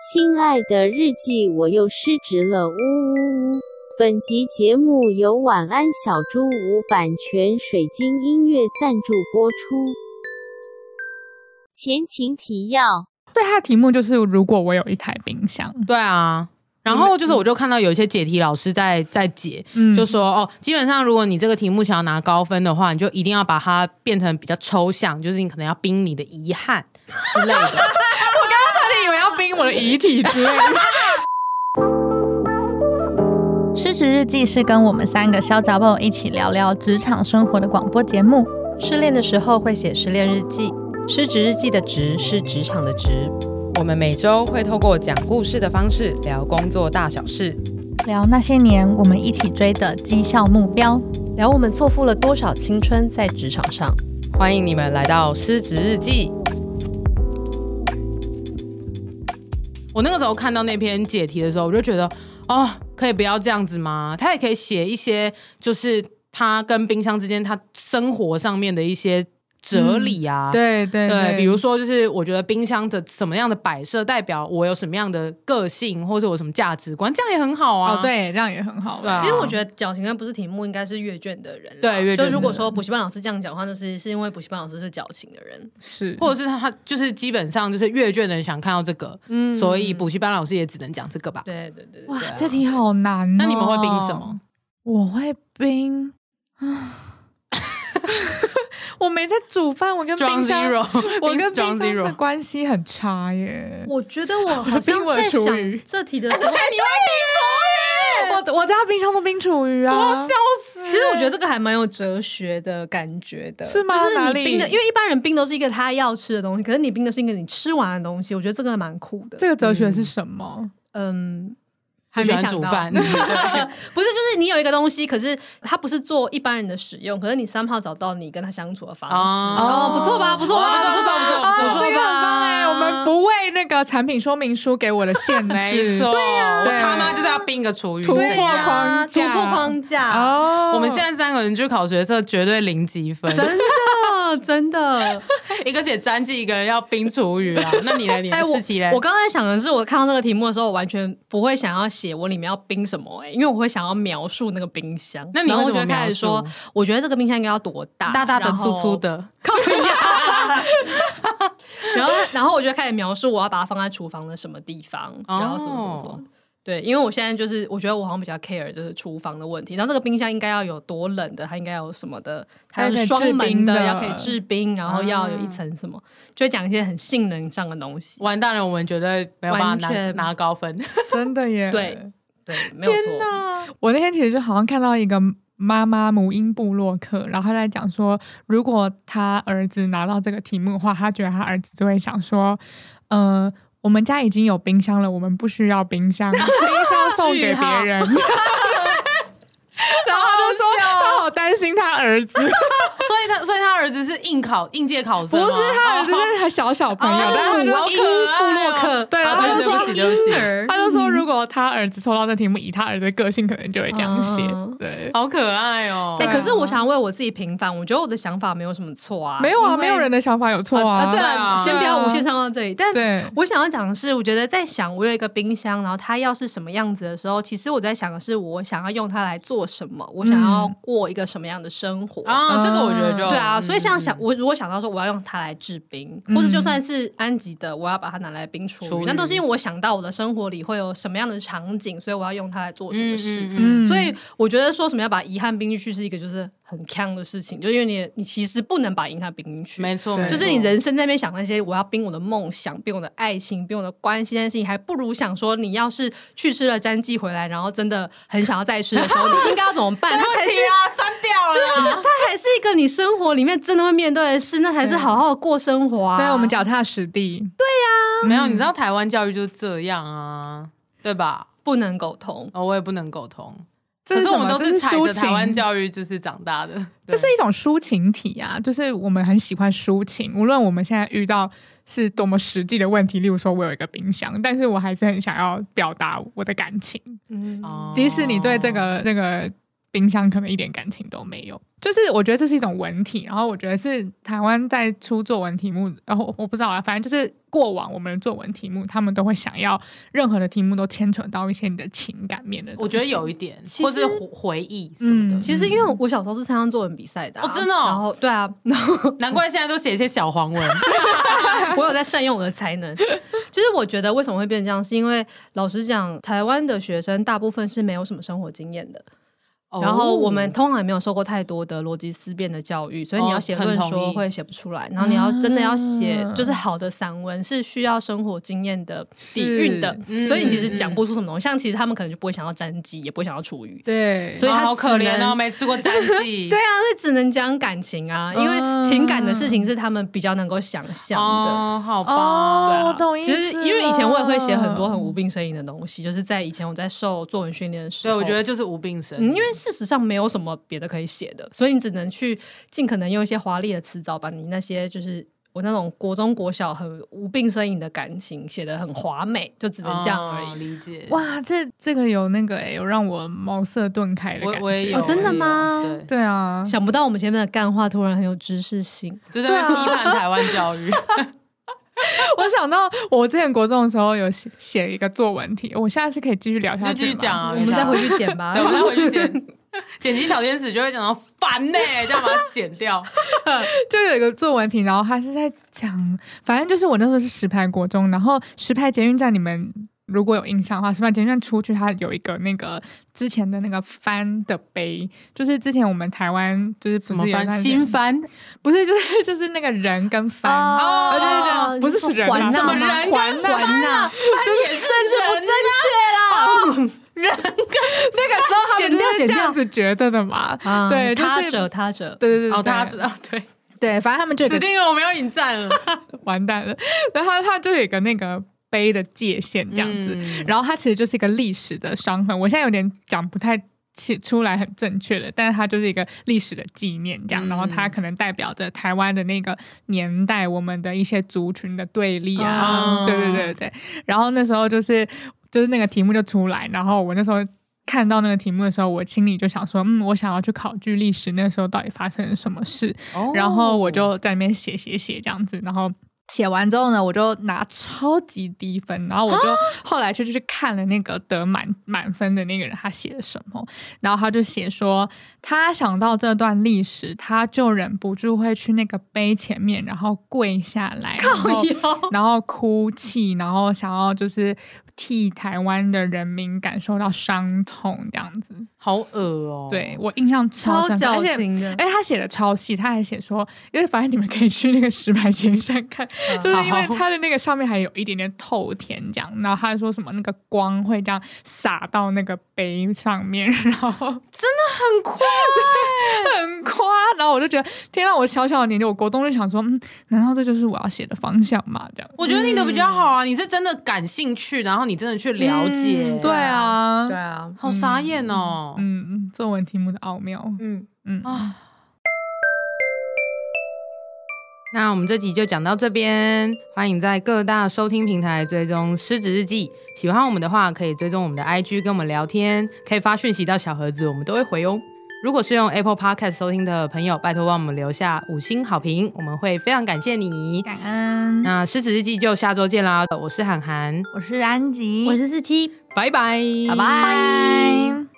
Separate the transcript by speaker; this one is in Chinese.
Speaker 1: 亲爱的日记，我又失职了，呜呜呜！本集节目由晚安小猪屋版权水晶音乐赞助播出。前情提要：
Speaker 2: 对，它的题目就是如果我有一台冰箱，
Speaker 3: 对啊。然后就是，我就看到有一些解题老师在在解，
Speaker 2: 嗯，
Speaker 3: 就说哦，基本上如果你这个题目想要拿高分的话，你就一定要把它变成比较抽象，就是你可能要冰你的遗憾之类的。
Speaker 2: 我刚刚啊差点以为要冰我的遗体之类的。
Speaker 4: 失职日记是跟我们三个小杂宝一起聊聊职场生活的广播节目。
Speaker 5: 失恋的时候会写失恋日记，失职日记的职是职场的职。
Speaker 3: 我们每周会透过讲故事的方式聊工作大小事，
Speaker 4: 聊那些年我们一起追的绩效目标。
Speaker 5: 聊我们错付了多少青春在职场上。
Speaker 3: 欢迎你们来到《失职日记》。我那个时候看到那篇解题的时候，我就觉得，哦，可以不要这样子吗？他也可以写一些，就是他跟冰箱之间，他生活上面的一些哲理啊。
Speaker 2: 对嗯对
Speaker 3: 对，比如说，就是我觉得冰箱的什么样的摆设代表我有什么样的个性，或者我什么价值观，这样也很好啊。
Speaker 2: 哦，对，这样也很好
Speaker 3: 对啊
Speaker 2: 玩。
Speaker 6: 其实我觉得讲评论不是题目，应该是阅卷的人啦。
Speaker 3: 对阅卷的人
Speaker 6: 就如果说补习班老师这样讲的话，那是是因为补习班老师是矫情的人。
Speaker 2: 是，
Speaker 3: 或者是他就是基本上就是阅卷的人想看到这个，
Speaker 2: 嗯
Speaker 3: 所以补习班老师也只能讲这个吧。
Speaker 6: 对对对对
Speaker 2: 哇
Speaker 6: 对，啊
Speaker 2: 这题好难哦。
Speaker 3: 那你们会冰什么？
Speaker 2: 我会冰，啊 我没在煮饭，我跟
Speaker 3: Strong
Speaker 2: 冰箱，
Speaker 3: Zero，
Speaker 2: 我跟冰箱
Speaker 3: Strong
Speaker 2: 的
Speaker 3: Zero
Speaker 2: 关系很差耶。
Speaker 6: 我觉得我好像
Speaker 2: 我的
Speaker 6: 在
Speaker 2: 厨
Speaker 6: 想
Speaker 2: 余
Speaker 6: 这题的时候，哎
Speaker 2: 我我家冰箱都冰厨余啊，
Speaker 6: 其实我觉得这个还蛮有哲学的感觉的，
Speaker 2: 是吗
Speaker 6: 就是
Speaker 2: 哪
Speaker 6: 你
Speaker 2: 里
Speaker 6: 冰的，因为一般人冰都是一个他要吃的东西，可是你冰的是一个你吃完的东西，我觉得这个还蛮酷的。
Speaker 2: 这个哲学是什么？
Speaker 6: 嗯，
Speaker 3: 不
Speaker 6: 还
Speaker 3: 喜
Speaker 6: 没
Speaker 3: 欢
Speaker 6: 想
Speaker 3: 煮
Speaker 6: 到
Speaker 3: 饭
Speaker 6: 不是，就是你有一个东西，可是它不是做一般人的使用，可是你三号找到你跟他相处的方式，
Speaker 3: 哦
Speaker 6: 哦，不错吧？不错吧？
Speaker 3: 哦不错不错不错
Speaker 2: 啊，
Speaker 3: 不
Speaker 2: 这
Speaker 3: 错
Speaker 2: 个
Speaker 3: 啊
Speaker 2: 很棒哎！
Speaker 6: 吧
Speaker 2: 我们不为那个产品说明书给我的 限
Speaker 3: 没
Speaker 2: 制，
Speaker 3: 错，
Speaker 6: 啊
Speaker 3: 我
Speaker 2: 对
Speaker 3: 他妈就是要冰个厨余。
Speaker 2: 突破
Speaker 3: 对呀
Speaker 2: 框
Speaker 6: 突
Speaker 2: 架，
Speaker 6: 破框架，
Speaker 2: 哦。
Speaker 3: 啊我们现在三个人去考学测，绝对零积分，
Speaker 6: 真的哦真的。
Speaker 3: 一个写战绩，一个人要冰厨余啊。那你来，你来，
Speaker 6: 哎我
Speaker 3: 四期来，
Speaker 6: 我刚才想的是，我看到这个题目的时候，我完全不会想要写我里面要冰什么、欸，因为我会想要描述那个冰箱。
Speaker 3: 那你
Speaker 6: 然后
Speaker 3: 会
Speaker 6: 我
Speaker 3: 怎
Speaker 6: 就
Speaker 3: 么
Speaker 6: 会开始
Speaker 3: 描
Speaker 6: 说
Speaker 3: 述，
Speaker 6: 我觉得这个冰箱应该要多大，
Speaker 3: 大大的、
Speaker 6: 然后
Speaker 3: 粗粗。的，
Speaker 6: 然后， 然后我就开始描述我要把它放在厨房的什么地方，
Speaker 3: 哦
Speaker 6: 然后什么什么什么。对，因为我现在就是我觉得我好像比较 care 就是厨房的问题，然后这个冰箱应该要有多冷的，它应该要有什么的，它
Speaker 2: 还
Speaker 6: 要
Speaker 2: 可以
Speaker 6: 是双
Speaker 2: 制冰
Speaker 6: 门
Speaker 2: 的啊
Speaker 6: 要可以制冰，然后要有一层什么，就会讲一些很性能上的东西。
Speaker 3: 完蛋了，我们绝对没有办
Speaker 6: 完
Speaker 3: 法拿
Speaker 6: 全
Speaker 3: 拿高分。
Speaker 2: 真的 耶，
Speaker 6: 对对，没有错。
Speaker 2: 我那天其实就好像看到一个妈妈母婴部落客，然后她在讲说，如果她儿子拿到这个题目的话，她觉得她儿子就会想说，呃，我们家已经有冰箱了，我们不需要冰 箱，冰箱送给别人。 然后她就说，她好担心她儿子，
Speaker 3: 所以他，所以他儿子是应考应届考
Speaker 2: 不
Speaker 3: 生吗，
Speaker 2: 是她儿子
Speaker 3: 哦
Speaker 2: 是她小小朋友，
Speaker 3: 哦
Speaker 2: 但是她就
Speaker 3: 好可爱哦
Speaker 6: 部落客，
Speaker 2: 对然
Speaker 3: 啊
Speaker 2: 后她就
Speaker 3: 对嗯不
Speaker 2: 说
Speaker 3: 起，对不起，
Speaker 2: 她就说，如果她儿子抽到这题目，以她儿子的个性，可能就会这样写
Speaker 6: 嗯。
Speaker 2: 对，
Speaker 3: 好可爱哦、
Speaker 2: 对
Speaker 6: 哎、
Speaker 2: 啊
Speaker 6: 可是我想为我自己平反，我觉得我的想法没有什么错啊，
Speaker 2: 没有啊，
Speaker 6: 因为
Speaker 2: 没有人的想法有错
Speaker 6: 啊，
Speaker 3: 对
Speaker 6: 对
Speaker 3: 啊
Speaker 6: 啊，先不要无限上到这里，但
Speaker 2: 对，啊
Speaker 6: 我想要讲的是，我觉得在想我有一个冰箱，然后它要是什么样子的时候，其实我在想的是我想要用它来做什么，我想要
Speaker 3: 嗯
Speaker 6: 过一个什么样的生活。
Speaker 3: 啊，这个我觉得就
Speaker 6: 对啊，所以像
Speaker 3: 嗯
Speaker 6: 想我如果想到说我要用它来制冰，或者就算是安吉的，我要把它拿来冰
Speaker 3: 厨
Speaker 6: 厨
Speaker 3: 余
Speaker 6: 余，那都是因为我想到我的生活里会有什么样的场景，所以我要用它来做什么事。
Speaker 3: 嗯嗯
Speaker 6: 所以我觉得说什么要把遗憾冰进去是一个就是很坑的事情，就因为你你其实不能把遗憾冰进去，
Speaker 3: 没错，
Speaker 2: 对
Speaker 3: 没错
Speaker 6: 就是你人生在那边想那些我要冰我的梦想、冰我的爱情、冰我的关系这件事情，还不如想说你要是去吃了詹记回来，然后真的很想要再吃的时候，你应该要怎么 办？
Speaker 3: 对
Speaker 6: 它
Speaker 3: 不
Speaker 6: 才
Speaker 3: 起
Speaker 6: 是
Speaker 3: 啊，删掉了。
Speaker 6: 它还是一个你生活里面真的会面对的事，那才是好好过生活啊。
Speaker 2: 对，我们脚踏实地。嗯
Speaker 3: 没有，你知道台湾教育就是这样啊，对吧？
Speaker 6: 不能沟通，
Speaker 3: 哦，我也不能苟同。
Speaker 2: 这
Speaker 3: 可
Speaker 2: 是
Speaker 3: 是我们
Speaker 2: 什么
Speaker 3: 都
Speaker 2: 这是
Speaker 3: 踩着
Speaker 2: 抒
Speaker 3: 台湾
Speaker 2: 情
Speaker 3: 教育就是长大的，
Speaker 2: 这
Speaker 3: 对
Speaker 2: 是一种抒情体啊，就是我们很喜欢抒情，无论我们现在遇到是多么实际的问题，例如说我有一个冰箱，但是我还是很想要表达我的感情，
Speaker 6: 嗯，
Speaker 3: 哦
Speaker 2: 即使你对这个这个冰箱可能一点感情都没有。就是我觉得这是一种文体，然后我觉得是台湾在出作文题目，然后我不知道啊，反正就是过往我们的作文题目，他们都会想要任何的题目都牵扯到一些你的情感面的东西。
Speaker 3: 我觉得有一点，
Speaker 6: 其
Speaker 3: 或是
Speaker 6: 实
Speaker 3: 回回忆什么的。
Speaker 2: 嗯
Speaker 6: 其实因为我小时候是参加作文比赛的啊、
Speaker 3: 哦真的哦
Speaker 6: 然后对啊，然 后
Speaker 3: 难怪现在都写一些小黄文，
Speaker 6: 我有在善用我的才能。其实我觉得为什么会变成这样，是因为老实讲，台湾的学生大部分是没有什么生活经验的，然
Speaker 3: 哦
Speaker 6: 后我们通常也没有受过太多的逻辑思辨的教育，所以你要写
Speaker 3: 哦很
Speaker 6: 论
Speaker 3: 同
Speaker 6: 说
Speaker 3: 意
Speaker 6: 会写不出来，然后你要真的要写
Speaker 2: 啊
Speaker 6: 就是好的散文是需要生活经验的底蕴的，
Speaker 3: 是嗯
Speaker 6: 所以你其实讲不出什么东西。像其实他们可能就不会想到战绩，也不会想到厨余。
Speaker 2: 对，
Speaker 6: 所以
Speaker 3: 哦
Speaker 6: 他
Speaker 3: 好可
Speaker 6: 只
Speaker 3: 怜哦，
Speaker 6: 能
Speaker 3: 没吃过战绩。
Speaker 6: 对啊，那只能讲感情啊，因为情感的事情是他们比较能够想象的。
Speaker 3: 哦，好吧，
Speaker 2: 哦，
Speaker 6: 对啊
Speaker 2: 我懂意思
Speaker 6: 其
Speaker 2: 了。
Speaker 6: 实因为以前我也会写很
Speaker 3: 哦
Speaker 6: 多很无病呻吟的东西，就是在以前我在受作文训练的时
Speaker 3: 所以
Speaker 6: 候，
Speaker 3: 我觉得。就是无病呻
Speaker 6: 嗯，
Speaker 3: 吟。
Speaker 6: 因为事实上没有什么别的可以写的，所以你只能去尽可能用一些华丽的词藻，把你那些就是我那种国中国小很无病呻吟的感情写得很华美，就只能这样而
Speaker 3: 哦
Speaker 6: 已。
Speaker 3: 理解。
Speaker 2: 哇，这这个有那个哎、有让我茅塞顿开的感
Speaker 3: 我
Speaker 2: 觉。
Speaker 3: 我也有，
Speaker 6: 哦真的吗
Speaker 3: 我也有对，
Speaker 2: 对啊，
Speaker 6: 想不到我们前面的干话突然很有知识性，
Speaker 3: 就在那边批判台湾教育。
Speaker 2: 我想到我之前国中的时候有写写一个作文题，我现在是可以继续聊下
Speaker 3: 就
Speaker 2: 去，
Speaker 3: 继续讲。啊，
Speaker 6: 我们再回去剪 吧
Speaker 3: 对，。我们再回去 剪。剪辑小天使就会讲到烦呢、这样把它剪掉。
Speaker 2: 就有一个作文题，然后他是在讲，反正就是我那时候是石牌国中，然后石牌捷运站你们。如果有印象的话，石牌捷运站出去，它有一个那个之前的那个帆的碑，就是之前我们台湾就是不是有那个
Speaker 3: 新番？
Speaker 2: 不是就是 就是那个人跟帆，
Speaker 3: 哦
Speaker 2: 对对对对不是
Speaker 6: 你说
Speaker 2: 人啊
Speaker 6: 环
Speaker 2: 什
Speaker 6: 呐
Speaker 2: 么
Speaker 3: 人
Speaker 6: 吗
Speaker 3: 跟
Speaker 6: 环呐环呐，
Speaker 3: 就是也是啊政治
Speaker 2: 那个时候他们
Speaker 6: 剪掉
Speaker 2: 就是
Speaker 6: 剪
Speaker 2: 这
Speaker 6: 掉
Speaker 2: 样子觉得的嘛，
Speaker 6: 啊
Speaker 2: 对，就是
Speaker 6: 他者他者，
Speaker 2: 对对对
Speaker 3: 哦，
Speaker 2: 对，
Speaker 3: 大家知道，对，
Speaker 2: 对，反正他们就有一
Speaker 3: 指
Speaker 2: 个嗯
Speaker 3: 定了我们要引战了，
Speaker 2: 完蛋了。 然后它它就有一个那个碑的界限这样子，
Speaker 3: 嗯
Speaker 2: 然后它其实就是一个历史的伤痕。我现在有点讲不太起出来很正确的，但是它就是一个历史的纪念这样。
Speaker 3: 嗯
Speaker 2: 然后它可能代表着台湾的那个年代，我们的一些族群的对立啊，
Speaker 3: 哦
Speaker 2: 对对对对。然后那时候就是就是那个题目就出来，然后我那时候。看到那个题目的时候，我心里就想说，嗯，我想要去考据历史，那时候到底发生了什么事？然后我就在那边写写写这样子，然后。写完之后呢，我就拿超级低分，然后我就后来就去看了那个得满满分的那个人他写了什么，然后他就写说他想到这段历史，他就忍不住会去那个碑前面，然后跪下来，然后然后哭泣，然后想要就是替台湾的人民感受到伤痛这样子。
Speaker 3: 好恶哦、
Speaker 2: 对我印象超深刻，而且
Speaker 6: 的
Speaker 2: 哎、他写的超细，他还写说，因为反正你们可以去那个石牌前山看， 就是因为它的那个上面还有一点点透甜这样，然后他还说什么那个光会这样洒到那个杯上面， 然后
Speaker 3: 很快，
Speaker 2: 很夸，然后我就觉得，天啊，我小小的年纪，我国中就想说，嗯，难道这就是我要写的方向吗？这样，
Speaker 3: 我觉得你的比较好啊，你是真的感兴趣，然后你真的去了解，
Speaker 2: 嗯对，啊，
Speaker 6: 对啊，
Speaker 3: 好傻眼哦、
Speaker 2: 嗯，作文题目的奥妙，
Speaker 6: 嗯，
Speaker 2: 嗯，
Speaker 3: 啊。那我们这集就讲到这边，欢迎在各大收听平台追踪《狮子日记》。喜欢我们的话，可以追踪我们的 IG 跟我们聊天，可以发讯息到小盒子，我们都会回哦。如果是用 Apple Podcast 收听的朋友，拜托帮我们留下五星好评，我们会非常感谢你。
Speaker 4: 感恩，
Speaker 3: 那《狮子日记》就下周见啦！我是涵涵，
Speaker 4: 我是安吉，
Speaker 5: 我是四七，
Speaker 3: 拜拜，
Speaker 4: 拜拜。